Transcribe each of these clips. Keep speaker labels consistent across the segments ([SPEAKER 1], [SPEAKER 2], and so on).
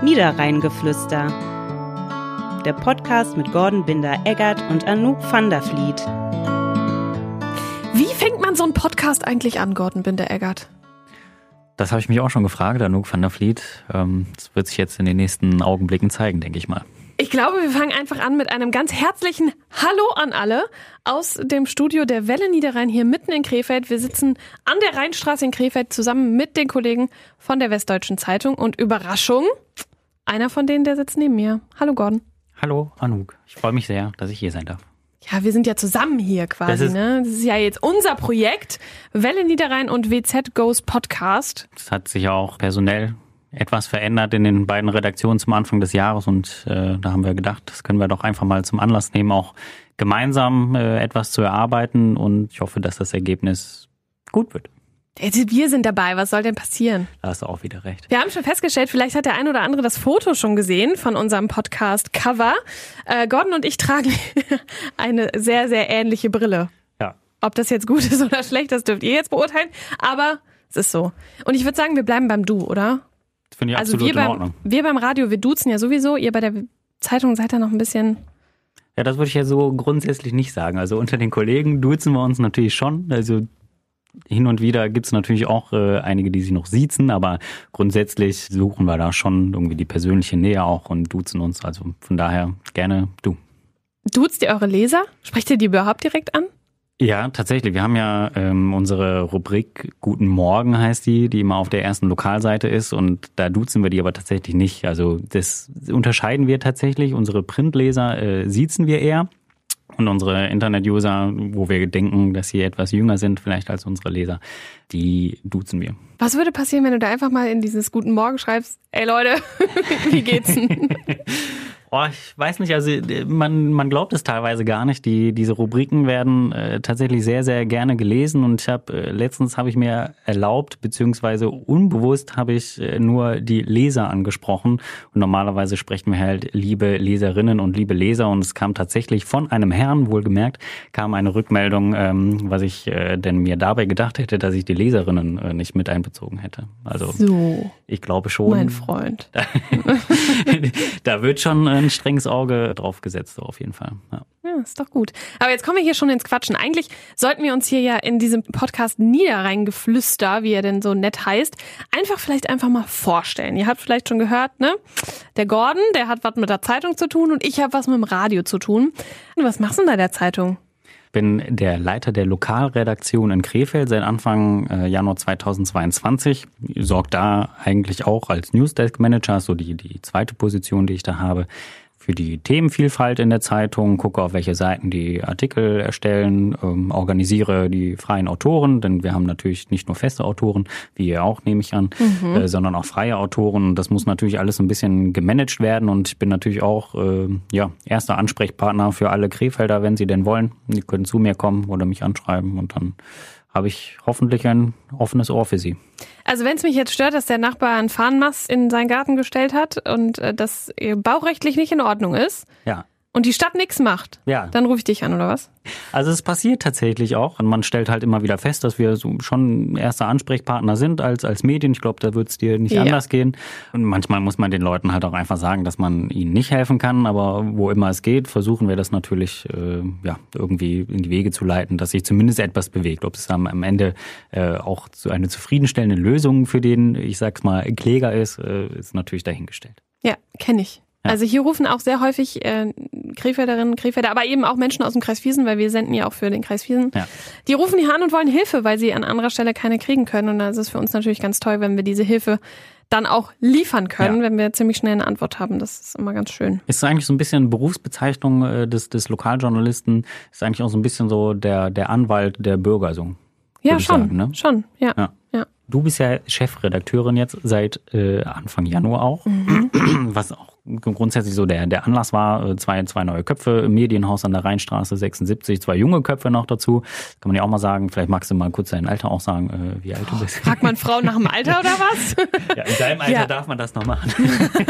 [SPEAKER 1] Niederrheingeflüster. Der Podcast mit Gordon Binder-Eggert und Anouk van der Vliet.
[SPEAKER 2] Wie fängt man so einen Podcast eigentlich an, Gordon Binder-Eggert?
[SPEAKER 3] Das habe ich mich auch schon gefragt, Anouk van der Vliet. Ähm, Das wird sich jetzt in den nächsten Augenblicken zeigen, denke ich mal.
[SPEAKER 2] Ich glaube, wir fangen einfach an mit einem ganz herzlichen Hallo an alle aus dem Studio der Welle Niederrhein hier mitten in Krefeld. Wir sitzen an der Rheinstraße in Krefeld zusammen mit den Kollegen von der Westdeutschen Zeitung und Überraschung, einer von denen, der sitzt neben mir. Hallo Gordon.
[SPEAKER 3] Hallo, Anouk. Ich freue mich sehr, dass ich hier sein darf.
[SPEAKER 2] Ja, wir sind ja zusammen hier quasi.
[SPEAKER 3] Das ist-
[SPEAKER 2] ne? das ist ja jetzt unser Projekt. Welle Niederrhein und WZ Goes Podcast.
[SPEAKER 3] Es hat sich ja auch personell etwas verändert in den beiden Redaktionen zum Anfang des Jahres und äh, da haben wir gedacht, das können wir doch einfach mal zum Anlass nehmen, auch gemeinsam äh, etwas zu erarbeiten und ich hoffe, dass das Ergebnis gut wird.
[SPEAKER 2] Jetzt, wir sind dabei. Was soll denn passieren?
[SPEAKER 3] Da hast du auch wieder recht.
[SPEAKER 2] Wir haben schon festgestellt, vielleicht hat der ein oder andere das Foto schon gesehen von unserem Podcast-Cover. Äh, Gordon und ich tragen eine sehr, sehr ähnliche Brille.
[SPEAKER 3] Ja,
[SPEAKER 2] Ob das jetzt gut ist oder schlecht, das dürft ihr jetzt beurteilen, aber es ist so. Und ich würde sagen, wir bleiben beim Du, oder?
[SPEAKER 3] das finde ich
[SPEAKER 2] also
[SPEAKER 3] absolut
[SPEAKER 2] wir
[SPEAKER 3] in
[SPEAKER 2] beim,
[SPEAKER 3] Ordnung.
[SPEAKER 2] wir beim Radio, wir duzen ja sowieso, ihr bei der Zeitung seid da noch ein bisschen.
[SPEAKER 3] Ja, das würde ich ja so grundsätzlich nicht sagen. Also unter den Kollegen duzen wir uns natürlich schon. Also hin und wieder gibt's natürlich auch äh, einige, die sich noch siezen, aber grundsätzlich suchen wir da schon irgendwie die persönliche Nähe auch und duzen uns. Also von daher gerne du.
[SPEAKER 2] Duzt ihr eure Leser? Sprecht ihr die überhaupt direkt an?
[SPEAKER 3] Ja, tatsächlich. Wir haben ja ähm, unsere Rubrik Guten Morgen heißt die, die immer auf der ersten Lokalseite ist und da duzen wir die aber tatsächlich nicht. Also das unterscheiden wir tatsächlich. Unsere Printleser äh, siezen wir eher und unsere Internet-User, wo wir denken, dass sie etwas jünger sind vielleicht als unsere Leser, die duzen wir.
[SPEAKER 2] Was würde passieren, wenn du da einfach mal in dieses Guten Morgen schreibst, ey Leute, wie geht's denn?
[SPEAKER 3] Oh, ich weiß nicht, also äh, man, man glaubt es teilweise gar nicht. Die, diese Rubriken werden äh, tatsächlich sehr, sehr gerne gelesen und ich habe äh, letztens habe ich mir erlaubt, beziehungsweise unbewusst habe ich äh, nur die Leser angesprochen. Und normalerweise sprechen wir halt liebe Leserinnen und liebe Leser und es kam tatsächlich von einem Herrn, wohlgemerkt, kam eine Rückmeldung, ähm, was ich äh, denn mir dabei gedacht hätte, dass ich die Leserinnen äh, nicht mit einbezogen hätte. Also
[SPEAKER 2] So,
[SPEAKER 3] ich glaube schon.
[SPEAKER 2] mein Freund.
[SPEAKER 3] da wird schon ein strenges Auge drauf gesetzt, auf jeden Fall. Ja.
[SPEAKER 2] Ja, ist doch gut. Aber jetzt kommen wir hier schon ins Quatschen. Eigentlich sollten wir uns hier ja in diesem Podcast Niederrheingeflüster, wie er denn so nett heißt, einfach vielleicht einfach mal vorstellen. Ihr habt vielleicht schon gehört, ne? Der Gordon, der hat was mit der Zeitung zu tun und ich habe was mit dem Radio zu tun. Und was machst du denn bei der Zeitung?
[SPEAKER 3] Bin der Leiter der Lokalredaktion in Krefeld seit Anfang äh, Januar 2022. Sorgt da eigentlich auch als Newsdesk Manager, so die, die zweite Position, die ich da habe, für die Themenvielfalt in der Zeitung, gucke auf welche Seiten die Artikel erstellen, ähm, organisiere die freien Autoren, denn wir haben natürlich nicht nur feste Autoren, wie ihr auch, nehme ich an, äh, sondern auch freie Autoren. Das muss natürlich alles ein bisschen gemanagt werden und ich bin natürlich auch äh, ja, erster Ansprechpartner für alle Krefelder, wenn sie denn wollen. Die können zu mir kommen oder mich anschreiben und dann habe ich hoffentlich ein offenes Ohr für sie.
[SPEAKER 2] Also wenn es mich jetzt stört, dass der Nachbar einen Fahnenmast in seinen Garten gestellt hat und äh, das äh, baurechtlich nicht in Ordnung ist
[SPEAKER 3] Ja.
[SPEAKER 2] und die Stadt nichts macht,
[SPEAKER 3] Ja.
[SPEAKER 2] dann rufe ich dich an, oder was?
[SPEAKER 3] Also es passiert tatsächlich auch und man stellt halt immer wieder fest, dass wir so schon erster Ansprechpartner sind als, als Medien. Ich glaube, da wird es dir nicht
[SPEAKER 2] Ja.
[SPEAKER 3] anders gehen. Und manchmal muss man den Leuten halt auch einfach sagen, dass man ihnen nicht helfen kann, aber wo immer es geht, versuchen wir das natürlich äh, ja, irgendwie in die Wege zu leiten, dass sich zumindest etwas bewegt. Ob es am, am Ende äh, auch zu eine zufriedenstellende Lösung für den, ich sag's mal, Kläger ist, äh, ist natürlich dahingestellt.
[SPEAKER 2] Ja, kenne ich. Also hier rufen auch sehr häufig äh, Krefelderinnen, Krefelder, aber eben auch Menschen aus dem Kreis Wiesen, weil wir senden ja auch für den Kreis Wiesen.
[SPEAKER 3] Ja.
[SPEAKER 2] Die rufen hier an und wollen Hilfe, weil sie an anderer Stelle keine kriegen können. Und da ist es für uns natürlich ganz toll, wenn wir diese Hilfe dann auch liefern können,
[SPEAKER 3] Ja.
[SPEAKER 2] wenn wir ziemlich schnell eine Antwort haben. Das ist immer ganz schön.
[SPEAKER 3] Ist eigentlich so ein bisschen Berufsbezeichnung äh, des, des Lokaljournalisten, ist eigentlich auch so ein bisschen so der, der Anwalt der Bürger. So.
[SPEAKER 2] Ja,
[SPEAKER 3] Würde ich
[SPEAKER 2] schon.
[SPEAKER 3] sagen, ne?
[SPEAKER 2] Schon, ja.
[SPEAKER 3] Ja.
[SPEAKER 2] ja.
[SPEAKER 3] Du bist ja Chefredakteurin jetzt seit äh, Anfang Januar auch,
[SPEAKER 2] Mhm.
[SPEAKER 3] was auch grundsätzlich so der, der Anlass war. äh, Zwei, zwei neue Köpfe im Medienhaus an der Rheinstraße 76, zwei junge Köpfe noch dazu. Kann man ja auch mal sagen, vielleicht magst du mal kurz dein Alter auch sagen, äh, wie alt
[SPEAKER 2] Oh.
[SPEAKER 3] du bist.
[SPEAKER 2] Fragt man Frauen nach dem Alter oder was?
[SPEAKER 3] Ja, in deinem Alter
[SPEAKER 2] Ja.
[SPEAKER 3] darf man das noch machen.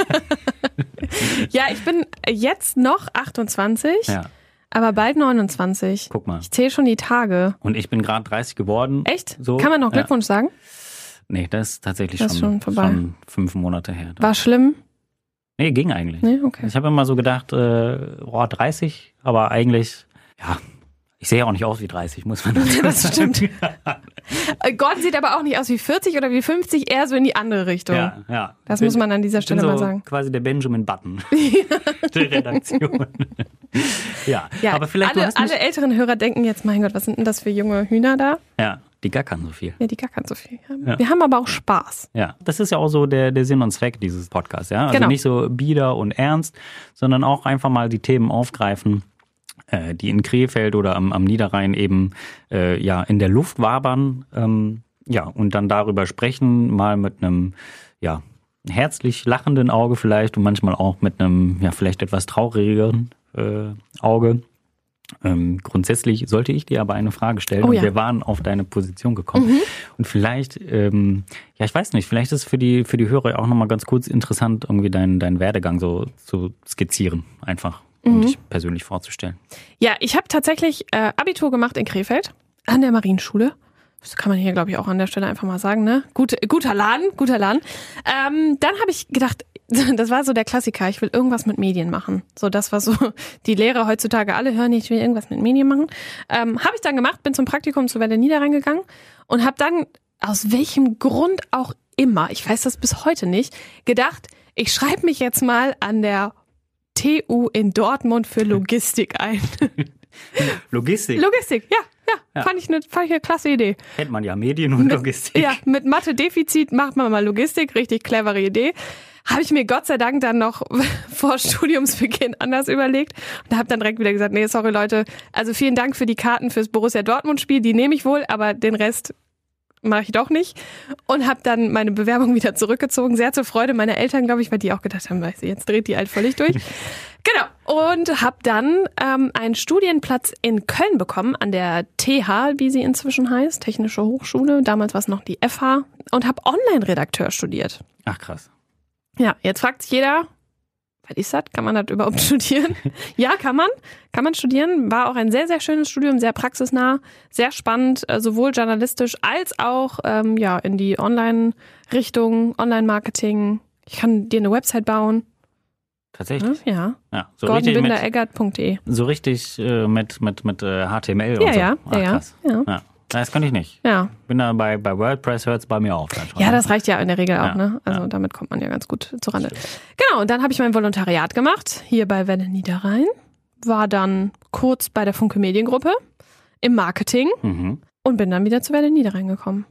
[SPEAKER 2] ja, ich bin jetzt noch 28,
[SPEAKER 3] Ja,
[SPEAKER 2] aber bald 29.
[SPEAKER 3] guck mal.
[SPEAKER 2] Ich zähle schon die Tage.
[SPEAKER 3] Und ich bin gerade 30 geworden.
[SPEAKER 2] Echt?
[SPEAKER 3] So,
[SPEAKER 2] Kann man noch
[SPEAKER 3] ja.
[SPEAKER 2] Glückwunsch sagen?
[SPEAKER 3] Nee, das ist tatsächlich
[SPEAKER 2] Das ist
[SPEAKER 3] schon,
[SPEAKER 2] schon vorbei.
[SPEAKER 3] schon fünf Monate her.
[SPEAKER 2] War schlimm?
[SPEAKER 3] Nee, ging eigentlich.
[SPEAKER 2] Nee, okay.
[SPEAKER 3] Ich habe immer so gedacht, äh, boah, 30, aber eigentlich, ja, ich sehe ja auch nicht aus wie 30, muss man dazu
[SPEAKER 2] Das
[SPEAKER 3] sagen.
[SPEAKER 2] stimmt. Äh, Gordon sieht aber auch nicht aus wie 40 oder wie 50, eher so in die andere Richtung.
[SPEAKER 3] Ja, ja.
[SPEAKER 2] Das muss man an dieser
[SPEAKER 3] Ich bin
[SPEAKER 2] Stelle
[SPEAKER 3] so
[SPEAKER 2] mal sagen.
[SPEAKER 3] Quasi der Benjamin Button der Redaktion. ja.
[SPEAKER 2] Ja,
[SPEAKER 3] aber vielleicht du
[SPEAKER 2] alle,
[SPEAKER 3] hast mich,
[SPEAKER 2] alle älteren Hörer denken jetzt, mein Gott, was sind denn das für junge Hühner da?
[SPEAKER 3] ja, die gackern so viel.
[SPEAKER 2] Ja, die gackern so viel. Ja.
[SPEAKER 3] Ja.
[SPEAKER 2] Wir haben aber auch Spaß.
[SPEAKER 3] Ja, das ist ja auch so der, der Sinn und Zweck dieses Podcasts, ja. Also
[SPEAKER 2] Genau.
[SPEAKER 3] nicht so bieder und ernst, sondern auch einfach mal die Themen aufgreifen, äh, die in Krefeld oder am, am Niederrhein eben äh, ja in der Luft wabern, ähm, ja, und dann darüber sprechen, mal mit einem, ja, herzlich lachenden Auge vielleicht und manchmal auch mit einem, ja, vielleicht etwas traurigeren
[SPEAKER 2] Mhm.
[SPEAKER 3] äh, Auge. Ähm, grundsätzlich sollte ich dir aber eine Frage stellen
[SPEAKER 2] Oh
[SPEAKER 3] und
[SPEAKER 2] ja. Mhm.
[SPEAKER 3] wir waren auf deine Position gekommen. Und vielleicht, ähm, ja, ich weiß nicht, vielleicht ist es für die, für die Hörer auch nochmal ganz kurz interessant, irgendwie deinen, deinen Werdegang so zu skizzieren, einfach, um
[SPEAKER 2] Mhm.
[SPEAKER 3] dich persönlich vorzustellen.
[SPEAKER 2] Ja, ich habe tatsächlich äh, Abitur gemacht in Krefeld an der Marienschule. Das kann man hier, glaube ich, auch an der Stelle einfach mal sagen, ne? Gute, guter Laden, guter Laden. Ähm, dann habe ich gedacht, das war so der Klassiker, ich will irgendwas mit Medien machen. So das, was so die Lehrer heutzutage alle hören, ich will irgendwas mit Medien machen. Ähm, habe ich dann gemacht, bin zum Praktikum zur Welle Niederrhein gegangen und habe dann, aus welchem Grund auch immer, ich weiß das bis heute nicht, gedacht, ich schreibe mich jetzt mal an der TU in Dortmund für Logistik ein.
[SPEAKER 3] Logistik
[SPEAKER 2] Logistik, ja, ja.
[SPEAKER 3] Ja.
[SPEAKER 2] Fand, ich eine, fand ich eine klasse Idee.
[SPEAKER 3] kennt man ja, Medien und Logistik.
[SPEAKER 2] Ja, mit Mathe-Defizit macht man mal Logistik, richtig clevere Idee. Habe ich mir Gott sei Dank dann noch vor Studiumsbeginn anders überlegt und habe dann direkt wieder gesagt, nee, sorry Leute, also vielen Dank für die Karten fürs Borussia Dortmund-Spiel, die nehme ich wohl, aber den Rest mache ich doch nicht und habe dann meine Bewerbung wieder zurückgezogen, sehr zur Freude meiner Eltern, glaube ich, weil die auch gedacht haben, weißt du, jetzt dreht die alt völlig durch. Genau. Und habe dann ähm, einen Studienplatz in Köln bekommen, an der TH, wie sie inzwischen heißt, Technische Hochschule. Damals war es noch die FH. Und habe Online-Redakteur studiert.
[SPEAKER 3] Ach krass.
[SPEAKER 2] Ja, jetzt fragt sich jeder, was ist das? Kann man das überhaupt studieren? ja, kann man. Kann man studieren. War auch ein sehr, sehr schönes Studium, sehr praxisnah, sehr spannend, äh, sowohl journalistisch als auch ähm, ja, in die Online-Richtung, Online-Marketing. Ich kann dir eine Website bauen. Ne?
[SPEAKER 3] Tatsächlich.
[SPEAKER 2] Ja,
[SPEAKER 3] Ja, so richtig mit,
[SPEAKER 2] gordonbinder-eggert.de.
[SPEAKER 3] so richtig, äh, mit, mit, mit äh, HTML und
[SPEAKER 2] Ja,
[SPEAKER 3] so.
[SPEAKER 2] ja,
[SPEAKER 3] Ach,
[SPEAKER 2] ja, ja,
[SPEAKER 3] krass.
[SPEAKER 2] ja.
[SPEAKER 3] Ja. Das kann ich nicht.
[SPEAKER 2] Ja.
[SPEAKER 3] Bin da bei, bei WordPress hört es bei mir auf. Dann schon.
[SPEAKER 2] Ja, das reicht ja in der Regel auch,
[SPEAKER 3] Ja,
[SPEAKER 2] ne? Also
[SPEAKER 3] ja.
[SPEAKER 2] damit kommt man ja ganz gut zurande. Genau, und dann habe ich mein Volontariat gemacht, hier bei Welle Niederrhein. War dann kurz bei der Funke Mediengruppe im Marketing
[SPEAKER 3] Mhm.
[SPEAKER 2] und bin dann wieder zu Welle Niederrhein gekommen.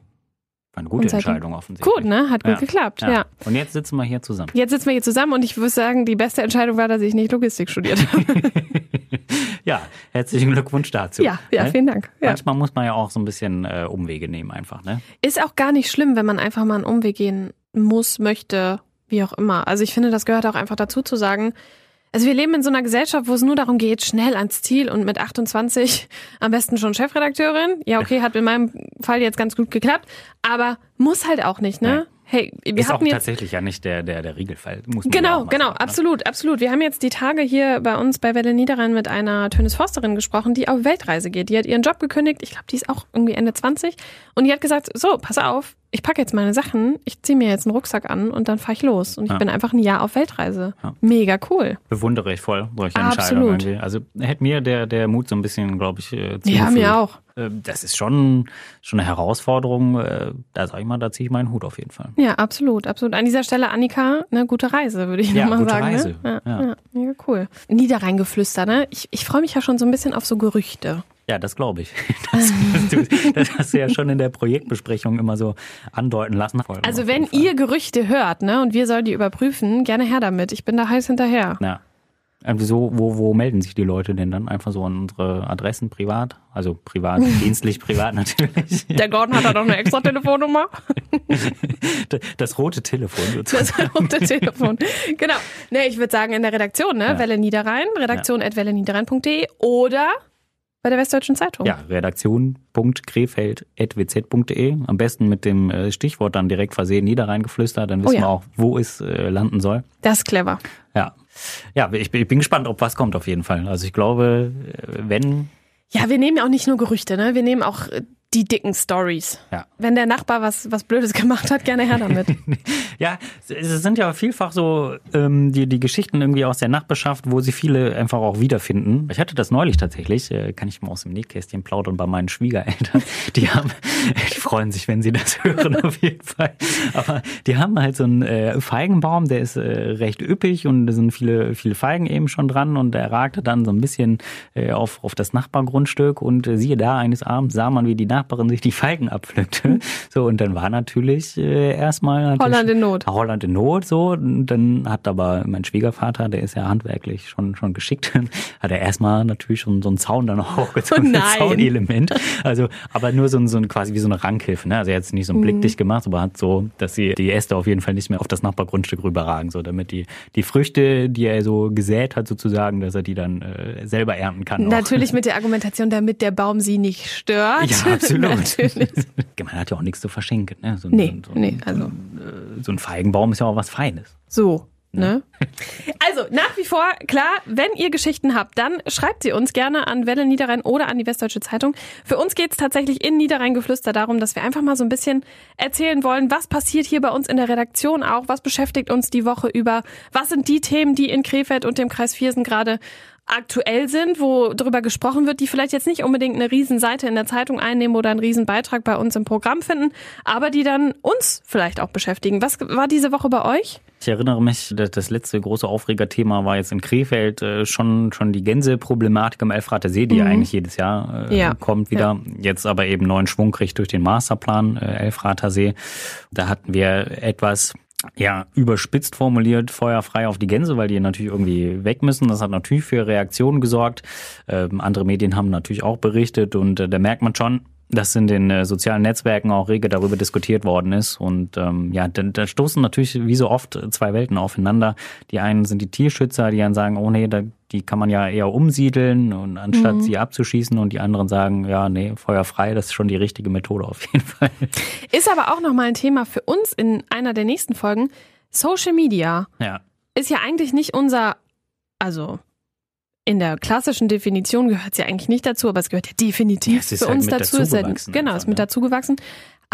[SPEAKER 3] War eine
[SPEAKER 2] Und
[SPEAKER 3] gute
[SPEAKER 2] seitdem-
[SPEAKER 3] Entscheidung offensichtlich.
[SPEAKER 2] Gut, ne? Hat gut
[SPEAKER 3] Ja,
[SPEAKER 2] geklappt, ja.
[SPEAKER 3] Ja. Und jetzt sitzen wir hier zusammen.
[SPEAKER 2] Jetzt sitzen wir hier zusammen und ich würde sagen, die beste Entscheidung war, dass ich nicht Logistik studiert habe.
[SPEAKER 3] Ja, herzlichen Glückwunsch dazu.
[SPEAKER 2] ja, ja,
[SPEAKER 3] Ne?
[SPEAKER 2] vielen Dank. Ja.
[SPEAKER 3] Manchmal muss man ja auch so ein bisschen äh, Umwege nehmen einfach, ne?
[SPEAKER 2] Ist auch gar nicht schlimm, wenn man einfach mal einen Umweg gehen muss, möchte, wie auch immer. Also ich finde, das gehört auch einfach dazu zu sagen. Also wir leben in so einer Gesellschaft, wo es nur darum geht, schnell ans Ziel und mit 28 am besten schon Chefredakteurin. Ja, okay, hat in meinem Fall jetzt ganz gut geklappt, aber muss halt auch nicht, ne? Hey, wir
[SPEAKER 3] ist auch
[SPEAKER 2] hatten jetzt
[SPEAKER 3] tatsächlich ja nicht der, der, der Regelfall. Muss man ja
[SPEAKER 2] Genau,
[SPEAKER 3] auch mal
[SPEAKER 2] genau,
[SPEAKER 3] sagen, ne?
[SPEAKER 2] absolut, absolut. Wir haben jetzt die Tage hier bei uns bei Welle Niederrhein mit einer Tönes Forsterin gesprochen, die auf Weltreise geht. Die hat ihren Job gekündigt. Ich glaube, die ist auch irgendwie Ende 20. Und die hat gesagt, so, pass auf, ich packe jetzt meine Sachen, ich ziehe mir jetzt einen Rucksack an und dann fahre ich los. Und ich
[SPEAKER 3] Ja.
[SPEAKER 2] bin einfach ein Jahr auf Weltreise.
[SPEAKER 3] Ja.
[SPEAKER 2] Mega cool.
[SPEAKER 3] Bewundere ich voll solche
[SPEAKER 2] Absolut.
[SPEAKER 3] Entscheidungen. Irgendwie. Also hätte mir der, der Mut so ein bisschen, glaube ich, äh,
[SPEAKER 2] Ja,
[SPEAKER 3] zugefügt.
[SPEAKER 2] mir auch.
[SPEAKER 3] Äh, Das ist schon, schon eine Herausforderung. äh, Da sage ich mal, da ziehe ich meinen Hut auf jeden Fall.
[SPEAKER 2] Ja, absolut, absolut. An dieser Stelle, Annika, eine gute Reise, würde ich
[SPEAKER 3] Ja,
[SPEAKER 2] nochmal
[SPEAKER 3] gute
[SPEAKER 2] sagen.
[SPEAKER 3] Reise.
[SPEAKER 2] Ne? Ja, ja.
[SPEAKER 3] Ja.
[SPEAKER 2] mega cool. Niederrheingeflüster, ne? Ich, ich freue mich ja schon so ein bisschen auf so Gerüchte.
[SPEAKER 3] Ja, das glaube ich. Das, das, du- das hast du ja schon in der Projektbesprechung immer so andeuten lassen. Voll,
[SPEAKER 2] Also
[SPEAKER 3] auf
[SPEAKER 2] wenn
[SPEAKER 3] jeden Fall.
[SPEAKER 2] ihr Gerüchte hört, ne, und wir sollen die überprüfen, gerne her damit. Ich bin da heiß hinterher.
[SPEAKER 3] Ja. Ähm, Wieso, wo, wo melden sich die Leute denn dann? Einfach so an unsere Adressen privat? Also privat, dienstlich privat natürlich.
[SPEAKER 2] Der Gordon hat da noch eine extra Telefonnummer.
[SPEAKER 3] D- Das rote Telefon sozusagen.
[SPEAKER 2] Das rote Telefon. Genau. Ne, ich würde sagen in der Redaktion, ne?
[SPEAKER 3] Ja.
[SPEAKER 2] Welle Niederrhein, redaktion at wellenniederrhein.de oder bei der Westdeutschen Zeitung.
[SPEAKER 3] Ja, redaktion.krefeld.wz.de. Am besten mit dem äh, Stichwort dann direkt versehen niederreingeflüstert. Dann
[SPEAKER 2] Oh
[SPEAKER 3] wissen
[SPEAKER 2] ja.
[SPEAKER 3] wir auch, wo es äh, landen soll.
[SPEAKER 2] Das ist clever.
[SPEAKER 3] Ja, ja ich, bin- ich bin gespannt, ob was kommt auf jeden Fall. Also ich glaube, äh, wenn
[SPEAKER 2] Ja, wir nehmen ja auch nicht nur Gerüchte, ne? Wir nehmen auch äh, die dicken Stories.
[SPEAKER 3] Ja.
[SPEAKER 2] Wenn der Nachbar was, was Blödes gemacht hat, gerne her damit.
[SPEAKER 3] Ja, es sind ja vielfach so ähm, die, die Geschichten irgendwie aus der Nachbarschaft, wo sie viele einfach auch wiederfinden. Ich hatte das neulich tatsächlich, äh, kann ich mal aus dem Nähkästchen plaudern bei meinen Schwiegereltern. Die haben, die freuen sich, wenn sie das hören auf jeden Fall. Aber die haben halt so einen äh, Feigenbaum, der ist äh, recht üppig und da sind viele, viele Feigen eben schon dran und der ragte dann so ein bisschen äh, auf, auf das Nachbargrundstück und äh, siehe da, eines Abends sah man, wie die Nachbarin sich die Feigen abpflückte. So, und dann war natürlich äh, erstmal natürlich-
[SPEAKER 2] Holland in Not.
[SPEAKER 3] Ah, Holland in Not so. Und Dann hat aber mein Schwiegervater, der ist ja handwerklich schon, schon geschickt, hat er erstmal natürlich schon so einen Zaun dann auch hochgezogen,
[SPEAKER 2] Oh
[SPEAKER 3] ein
[SPEAKER 2] nein.
[SPEAKER 3] Zaunelement. Also, aber nur so ein, so ein quasi wie so eine Ranghilfe. Ne? Also er hat jetzt nicht so einen
[SPEAKER 2] Mhm.
[SPEAKER 3] Blickdicht gemacht, aber hat so, dass sie die Äste auf jeden Fall nicht mehr auf das Nachbargrundstück rüberragen, so damit die, die Früchte, die er so gesät hat, sozusagen, dass er die dann äh, selber ernten kann. auch.
[SPEAKER 2] Natürlich mit der Argumentation, damit der Baum sie nicht stört.
[SPEAKER 3] Ja, absolut.
[SPEAKER 2] Natürlich.
[SPEAKER 3] Man hat ja auch nichts zu verschenken. Ne? So, ein-
[SPEAKER 2] Nee,
[SPEAKER 3] so, ein-
[SPEAKER 2] nee, also
[SPEAKER 3] so ein Feigenbaum ist ja auch was Feines.
[SPEAKER 2] so. Ne? Also, nach wie vor, klar, wenn ihr Geschichten habt, dann schreibt sie uns gerne an Welle Niederrhein oder an die Westdeutsche Zeitung. Für uns geht's tatsächlich in Niederrhein Geflüster darum, dass wir einfach mal so ein bisschen erzählen wollen, was passiert hier bei uns in der Redaktion auch, was beschäftigt uns die Woche über, was sind die Themen, die in Krefeld und dem Kreis Viersen gerade aktuell sind, wo darüber gesprochen wird, die vielleicht jetzt nicht unbedingt eine Riesenseite in der Zeitung einnehmen oder einen Riesenbeitrag bei uns im Programm finden, aber die dann uns vielleicht auch beschäftigen. Was war diese Woche bei euch?
[SPEAKER 3] Ich erinnere mich, dass das letzte große Aufregerthema war jetzt in Krefeld äh, schon, schon die Gänseproblematik im Elfrater See, die ja eigentlich jedes Jahr äh,
[SPEAKER 2] Mhm. Ja.
[SPEAKER 3] kommt wieder. Jetzt aber eben neuen Schwung kriegt durch den Masterplan äh, Elfrater See. Da hatten wir etwas ja, überspitzt formuliert, feuerfrei auf die Gänse, weil die natürlich irgendwie weg müssen. Das hat natürlich für Reaktionen gesorgt. Ähm, andere Medien haben natürlich auch berichtet und äh, da merkt man schon, dass in den äh, sozialen Netzwerken auch rege darüber diskutiert worden ist. Und ähm, ja, da, da stoßen natürlich wie so oft zwei Welten aufeinander. Die einen sind die Tierschützer, die dann sagen, oh nee, da, die kann man ja eher umsiedeln und anstatt sie abzuschießen. Und die anderen sagen, ja, nee, Feuer frei, das ist schon die richtige Methode auf jeden Fall.
[SPEAKER 2] Ist aber auch nochmal ein Thema für uns in einer der nächsten Folgen. Social Media
[SPEAKER 3] ja.
[SPEAKER 2] ist ja eigentlich nicht unser, also in der klassischen Definition gehört es ja eigentlich nicht dazu, aber es gehört ja definitiv
[SPEAKER 3] Ja, es ist
[SPEAKER 2] für
[SPEAKER 3] halt
[SPEAKER 2] uns
[SPEAKER 3] mit
[SPEAKER 2] dazu. Ist ja,
[SPEAKER 3] dazugewachsen
[SPEAKER 2] genau,
[SPEAKER 3] einfach,
[SPEAKER 2] ist mit
[SPEAKER 3] ne?
[SPEAKER 2] dazugewachsen.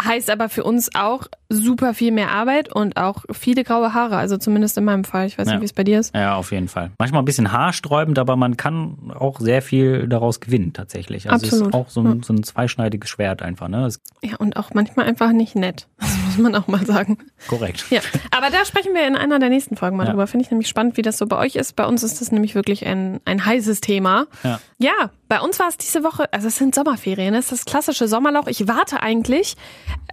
[SPEAKER 2] Heißt aber für uns auch super viel mehr Arbeit und auch viele graue Haare. Also zumindest in meinem Fall. Ich weiß
[SPEAKER 3] Ja.
[SPEAKER 2] nicht, wie es bei dir ist.
[SPEAKER 3] Ja, auf jeden Fall. Manchmal ein bisschen haarsträubend, aber man kann auch sehr viel daraus gewinnen tatsächlich. Also es
[SPEAKER 2] Absolut,
[SPEAKER 3] ist auch so ein, so ein zweischneidiges Schwert einfach, ne? Ist
[SPEAKER 2] Ja, und auch manchmal einfach nicht nett. Das muss man auch mal sagen.
[SPEAKER 3] korrekt.
[SPEAKER 2] Ja, aber da sprechen wir in einer der nächsten Folgen mal
[SPEAKER 3] Ja.
[SPEAKER 2] drüber. Finde ich nämlich spannend, wie das so bei euch ist. Bei uns ist das nämlich wirklich ein, ein heißes Thema.
[SPEAKER 3] Ja.
[SPEAKER 2] Ja, bei uns war es diese Woche, also es sind Sommerferien, es ist das klassische Sommerloch. Ich warte eigentlich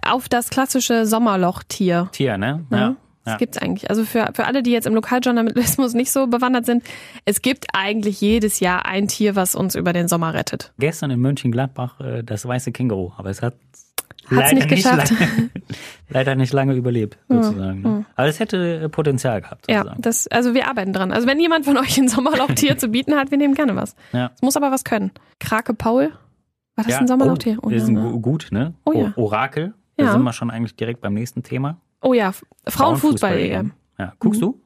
[SPEAKER 2] auf das klassische Sommerloch-Tier.
[SPEAKER 3] Tier, ne?
[SPEAKER 2] Ne?
[SPEAKER 3] Ja.
[SPEAKER 2] Das gibt's eigentlich. Also für, für alle, die jetzt im Lokaljournalismus nicht so bewandert sind, es gibt eigentlich jedes Jahr ein Tier, was uns über den Sommer rettet.
[SPEAKER 3] Gestern in Mönchengladbach äh, das weiße Känguru, aber es hat
[SPEAKER 2] Hat's nicht geschafft.
[SPEAKER 3] lange, leider nicht lange überlebt, sozusagen. ne? Aber es hätte äh, Potenzial gehabt,
[SPEAKER 2] Ja,
[SPEAKER 3] sozusagen.
[SPEAKER 2] das, also wir arbeiten dran. Also wenn jemand von euch ein Sommerlauftier zu bieten hat, wir nehmen gerne was.
[SPEAKER 3] Ja.
[SPEAKER 2] Es muss aber was können. Krake Paul, war das
[SPEAKER 3] Ja,
[SPEAKER 2] ein Sommerlauftier?
[SPEAKER 3] Oh, wir sind gu- gut, ne?
[SPEAKER 2] Oh ja.
[SPEAKER 3] O- Orakel.
[SPEAKER 2] Ja.
[SPEAKER 3] Da sind wir schon eigentlich direkt beim nächsten Thema.
[SPEAKER 2] oh ja, F- Frauenfußball.
[SPEAKER 3] Frauenfußball-EM.
[SPEAKER 2] EM.
[SPEAKER 3] Ja. Guckst
[SPEAKER 2] Mhm.
[SPEAKER 3] du?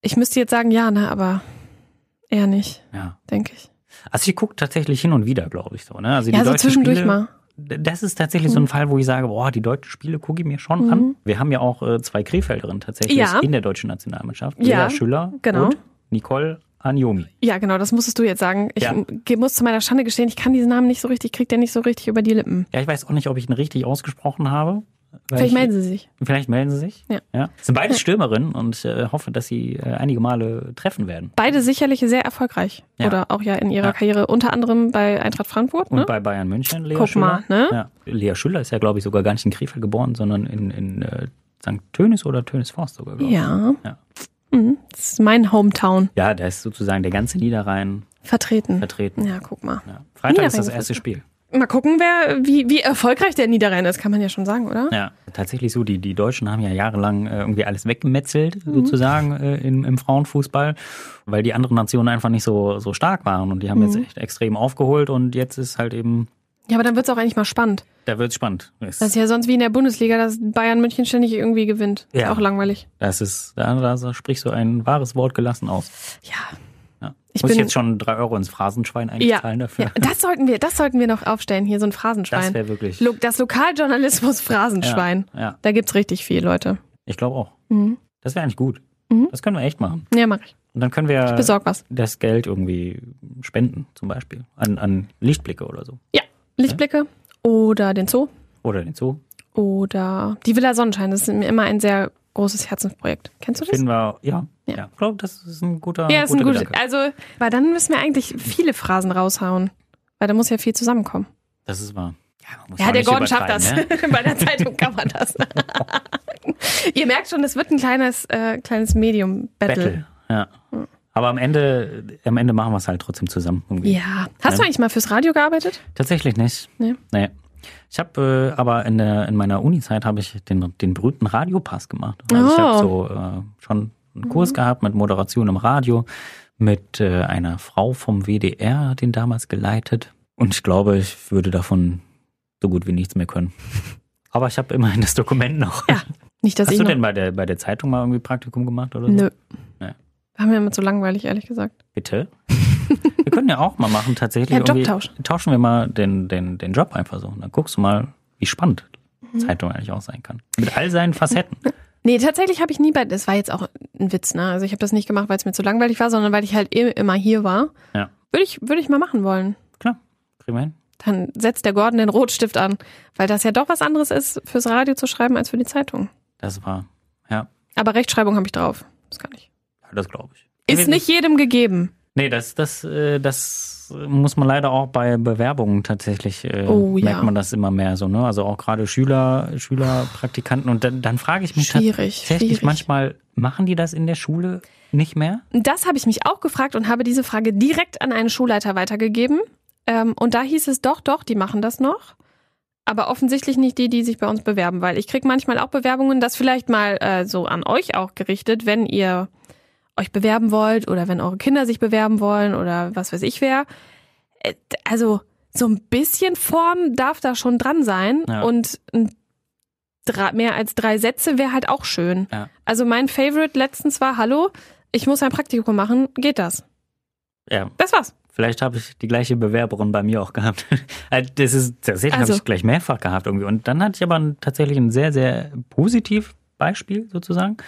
[SPEAKER 2] Ich müsste jetzt sagen, ja, ne, aber eher nicht,
[SPEAKER 3] Ja.
[SPEAKER 2] denke ich.
[SPEAKER 3] Also ich gucke tatsächlich hin und wieder, glaube ich so. Ne? Also
[SPEAKER 2] Ja,
[SPEAKER 3] die
[SPEAKER 2] so
[SPEAKER 3] deutschen
[SPEAKER 2] zwischendurch
[SPEAKER 3] Spiele,
[SPEAKER 2] mal. Mhm.
[SPEAKER 3] D- Das ist tatsächlich so ein Fall, wo ich sage, boah, die deutschen Spiele gucke ich mir schon an. Wir haben ja auch äh, zwei Krefelderinnen tatsächlich
[SPEAKER 2] Ja.
[SPEAKER 3] in der deutschen Nationalmannschaft.
[SPEAKER 2] Ja,
[SPEAKER 3] Lea Schüller
[SPEAKER 2] genau.
[SPEAKER 3] und Nicole Anjomi.
[SPEAKER 2] Ja, genau, das musstest du jetzt sagen. Ich
[SPEAKER 3] Ja.
[SPEAKER 2] m- ge- muss zu meiner Schande gestehen, ich kann diesen Namen nicht so richtig, krieg den nicht so richtig über die Lippen.
[SPEAKER 3] Ja, ich weiß auch nicht, ob ich ihn richtig ausgesprochen habe. weil
[SPEAKER 2] Vielleicht
[SPEAKER 3] ich,
[SPEAKER 2] melden sie sich.
[SPEAKER 3] vielleicht melden sie sich.
[SPEAKER 2] Ja.
[SPEAKER 3] Es Sind beides Stürmerinnen und ich äh, hoffe, dass sie äh, einige Male treffen werden.
[SPEAKER 2] Beide sicherlich sehr erfolgreich.
[SPEAKER 3] Ja.
[SPEAKER 2] Oder auch ja in ihrer
[SPEAKER 3] Ja.
[SPEAKER 2] Karriere, unter anderem bei Eintracht Frankfurt.
[SPEAKER 3] Und
[SPEAKER 2] Ne?
[SPEAKER 3] bei Bayern München, Lea
[SPEAKER 2] Guck mal,
[SPEAKER 3] Schüller.
[SPEAKER 2] ne?
[SPEAKER 3] Ja. Lea Schüller ist ja, glaube ich, sogar gar nicht in Krefeld geboren, sondern in, in äh, St. Tönis oder Tönis Forst sogar, glaube ich.
[SPEAKER 2] Ja.
[SPEAKER 3] Ja.
[SPEAKER 2] Mhm. Das ist mein Hometown
[SPEAKER 3] Ja, da ist sozusagen der ganze Niederrhein
[SPEAKER 2] vertreten.
[SPEAKER 3] vertreten.
[SPEAKER 2] Ja, guck mal.
[SPEAKER 3] Ja. Freitag ist das
[SPEAKER 2] Niederrhein-
[SPEAKER 3] erste Spiel.
[SPEAKER 2] Mal gucken, wer, wie, wie erfolgreich der Niederrhein ist, kann man ja schon sagen, oder?
[SPEAKER 3] Ja, tatsächlich so. Die, die Deutschen haben ja jahrelang äh, irgendwie alles weggemetzelt,
[SPEAKER 2] Mhm.
[SPEAKER 3] sozusagen, äh, im, im Frauenfußball, weil die anderen Nationen einfach nicht so, so stark waren. Und die haben jetzt
[SPEAKER 2] Mhm.
[SPEAKER 3] echt extrem aufgeholt und jetzt ist halt eben,
[SPEAKER 2] Ja, aber dann wird's auch eigentlich mal spannend.
[SPEAKER 3] da wird's spannend. Es-
[SPEAKER 2] Das ist ja sonst wie in der Bundesliga, dass Bayern München ständig irgendwie gewinnt. Ist
[SPEAKER 3] Ja.
[SPEAKER 2] auch langweilig.
[SPEAKER 3] Das ist, da, da sprichst du ein wahres Wort gelassen aus.
[SPEAKER 2] Ja.
[SPEAKER 3] Ja.
[SPEAKER 2] Ich
[SPEAKER 3] Muss ich
[SPEAKER 2] bin-
[SPEAKER 3] jetzt schon drei Euro ins Phrasenschwein eigentlich
[SPEAKER 2] Ja,
[SPEAKER 3] zahlen dafür?
[SPEAKER 2] ja, das sollten wir, das sollten wir noch aufstellen hier so ein Phrasenschwein.
[SPEAKER 3] Das wär wirklich-
[SPEAKER 2] Lo das Lokaljournalismus Phrasenschwein.
[SPEAKER 3] Ja, ja.
[SPEAKER 2] Da gibt's richtig viel, Leute.
[SPEAKER 3] Ich glaube auch.
[SPEAKER 2] Mhm.
[SPEAKER 3] Das wäre eigentlich gut.
[SPEAKER 2] Mhm.
[SPEAKER 3] Das können wir echt machen.
[SPEAKER 2] Ja, mach ich.
[SPEAKER 3] Und dann können wir
[SPEAKER 2] Besorg was.
[SPEAKER 3] das Geld irgendwie spenden, zum Beispiel. An, an Lichtblicke oder so.
[SPEAKER 2] Ja, Lichtblicke oder den Zoo
[SPEAKER 3] Oder den Zoo.
[SPEAKER 2] oder die Villa Sonnenschein. Das ist mir immer ein sehr großes Herzensprojekt. Kennst du das?
[SPEAKER 3] Finden wir, ja.
[SPEAKER 2] Ja.
[SPEAKER 3] ja. Ich glaube, das ist ein guter
[SPEAKER 2] ja, ist ein
[SPEAKER 3] Ah, guter
[SPEAKER 2] gutes.
[SPEAKER 3] Gedanke.
[SPEAKER 2] Also, weil dann müssen wir eigentlich viele Phrasen raushauen. Weil da muss ja viel zusammenkommen.
[SPEAKER 3] Das ist wahr. Ja, man muss
[SPEAKER 2] Ja,
[SPEAKER 3] auch
[SPEAKER 2] der
[SPEAKER 3] nicht
[SPEAKER 2] Gordon schafft das.
[SPEAKER 3] übertreiben, ne?
[SPEAKER 2] Bei der Zeitung kann man das. Ihr merkt schon, es wird ein kleines, äh, kleines Medium-Battle.
[SPEAKER 3] Battle. Ja.
[SPEAKER 2] Hm.
[SPEAKER 3] Aber am Ende, am Ende machen wir es halt trotzdem zusammen. irgendwie.
[SPEAKER 2] Ja. Hast du eigentlich mal fürs Radio gearbeitet?
[SPEAKER 3] Tatsächlich nicht.
[SPEAKER 2] Nee.
[SPEAKER 3] Nee. Ich habe äh, aber in, der, in meiner Uni-Zeit habe ich den, den berühmten Radiopass gemacht. Also Ich
[SPEAKER 2] Oh. Mhm.
[SPEAKER 3] habe so äh, schon einen Kurs gehabt mit Moderation im Radio, mit äh, einer Frau vom WDR, den damals geleitet. Und ich glaube, ich würde davon so gut wie nichts mehr können. Aber ich habe immerhin das Dokument noch.
[SPEAKER 2] Ja, Nicht, dass
[SPEAKER 3] Hast
[SPEAKER 2] ich
[SPEAKER 3] du
[SPEAKER 2] noch-
[SPEAKER 3] denn bei der, bei der Zeitung mal irgendwie Praktikum gemacht oder so?
[SPEAKER 2] Nö.
[SPEAKER 3] Nee.
[SPEAKER 2] War mir immer zu langweilig, ehrlich gesagt.
[SPEAKER 3] Bitte? wir können ja auch mal machen, tatsächlich.
[SPEAKER 2] Ja,
[SPEAKER 3] irgendwie
[SPEAKER 2] Jobtausch.
[SPEAKER 3] Tauschen wir mal den, den, den Job einfach so. Und dann guckst du mal, wie spannend
[SPEAKER 2] Mhm.
[SPEAKER 3] Zeitung eigentlich auch sein kann. Mit all seinen Facetten.
[SPEAKER 2] Nee, tatsächlich habe ich nie bei. Das war jetzt auch ein Witz, ne? Also ich habe das nicht gemacht, weil es mir zu langweilig war, sondern weil ich halt eh immer hier war.
[SPEAKER 3] Ja.
[SPEAKER 2] Würde ich, würde ich mal machen wollen.
[SPEAKER 3] Klar, kriegen wir hin.
[SPEAKER 2] Dann setzt der Gordon den Rotstift an, weil das ja doch was anderes ist, fürs Radio zu schreiben als für die Zeitung.
[SPEAKER 3] Das war, ja,
[SPEAKER 2] Aber Rechtschreibung habe ich drauf. Das kann ich.
[SPEAKER 3] das glaube ich.
[SPEAKER 2] Ist nicht jedem gegeben.
[SPEAKER 3] Nee, das, das, äh, das muss man leider auch bei Bewerbungen tatsächlich, äh,
[SPEAKER 2] Oh, ja.
[SPEAKER 3] merkt man das immer mehr so, ne? Also auch gerade Schüler, Schüler, Praktikanten. Und dann, dann frage ich mich
[SPEAKER 2] Schwierig,
[SPEAKER 3] tatsächlich
[SPEAKER 2] schwierig.
[SPEAKER 3] manchmal, machen die das in der Schule nicht mehr?
[SPEAKER 2] Das habe ich mich auch gefragt und habe diese Frage direkt an einen Schulleiter weitergegeben. Ähm, und da hieß es doch, doch, die machen das noch. Aber offensichtlich nicht die, die sich bei uns bewerben, weil ich kriege manchmal auch Bewerbungen, das vielleicht mal äh, so an euch auch gerichtet, wenn ihr euch bewerben wollt oder wenn eure Kinder sich bewerben wollen oder was weiß ich wer. Äh, Also so ein bisschen Form darf da schon dran sein
[SPEAKER 3] Ja.
[SPEAKER 2] und ein, drei, mehr als drei Sätze wäre halt auch schön.
[SPEAKER 3] Ja.
[SPEAKER 2] Also mein Favorite letztens war, hallo, ich muss ein Praktikum machen, geht das?
[SPEAKER 3] Ja,
[SPEAKER 2] Das war's.
[SPEAKER 3] Vielleicht habe ich die gleiche Bewerberin bei mir auch gehabt. Also Das ist tatsächlich
[SPEAKER 2] Also.
[SPEAKER 3] habe ich gleich mehrfach gehabt irgendwie. Und dann hatte ich aber ein, tatsächlich ein sehr, sehr positiv Beispiel sozusagen.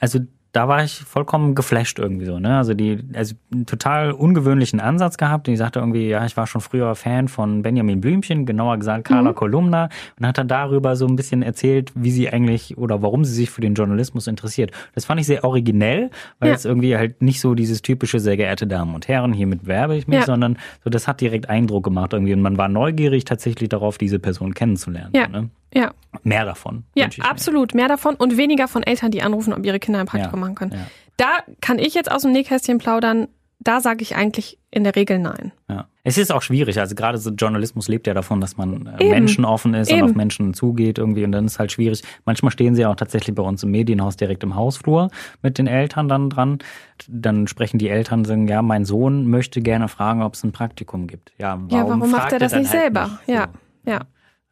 [SPEAKER 3] Also da war ich vollkommen geflasht irgendwie so. Ne? Also die, also einen total ungewöhnlichen Ansatz gehabt. Die sagte irgendwie, ja, ich war schon früher Fan von Benjamin Blümchen, genauer gesagt Carla
[SPEAKER 2] Mhm.
[SPEAKER 3] Kolumna, und hat dann darüber so ein bisschen erzählt, wie sie eigentlich oder warum sie sich für den Journalismus interessiert. Das fand ich sehr originell, weil
[SPEAKER 2] Ja.
[SPEAKER 3] es irgendwie halt nicht so dieses typische, sehr geehrte Damen und Herren, hiermit werbe ich mich,
[SPEAKER 2] Ja.
[SPEAKER 3] sondern so, das hat direkt Eindruck gemacht irgendwie. Und man war neugierig tatsächlich darauf, diese Person kennenzulernen.
[SPEAKER 2] Ja.
[SPEAKER 3] So, ne?
[SPEAKER 2] Ja,
[SPEAKER 3] Mehr davon.
[SPEAKER 2] ja,
[SPEAKER 3] wünsche ich mir.
[SPEAKER 2] absolut. Mehr davon und weniger von Eltern, die anrufen, ob ihre Kinder ein Praktikum
[SPEAKER 3] Ja,
[SPEAKER 2] machen können.
[SPEAKER 3] ja.
[SPEAKER 2] Da kann ich jetzt aus dem Nähkästchen plaudern. Da sage ich eigentlich in der Regel nein.
[SPEAKER 3] Ja. Es ist auch schwierig. Also gerade so Journalismus lebt ja davon, dass man äh,
[SPEAKER 2] Eben.
[SPEAKER 3] menschenoffen ist
[SPEAKER 2] Eben.
[SPEAKER 3] und auf Menschen zugeht irgendwie. Und dann ist halt schwierig. Manchmal stehen sie ja auch tatsächlich bei uns im Medienhaus direkt im Hausflur mit den Eltern dann dran. Dann sprechen die Eltern sagen, ja, mein Sohn möchte gerne fragen, ob es ein Praktikum gibt. Ja, warum,
[SPEAKER 2] ja, warum macht
[SPEAKER 3] fragt
[SPEAKER 2] er das
[SPEAKER 3] dann
[SPEAKER 2] nicht
[SPEAKER 3] halt
[SPEAKER 2] selber?
[SPEAKER 3] nicht?
[SPEAKER 2] Ja,
[SPEAKER 3] So.
[SPEAKER 2] ja.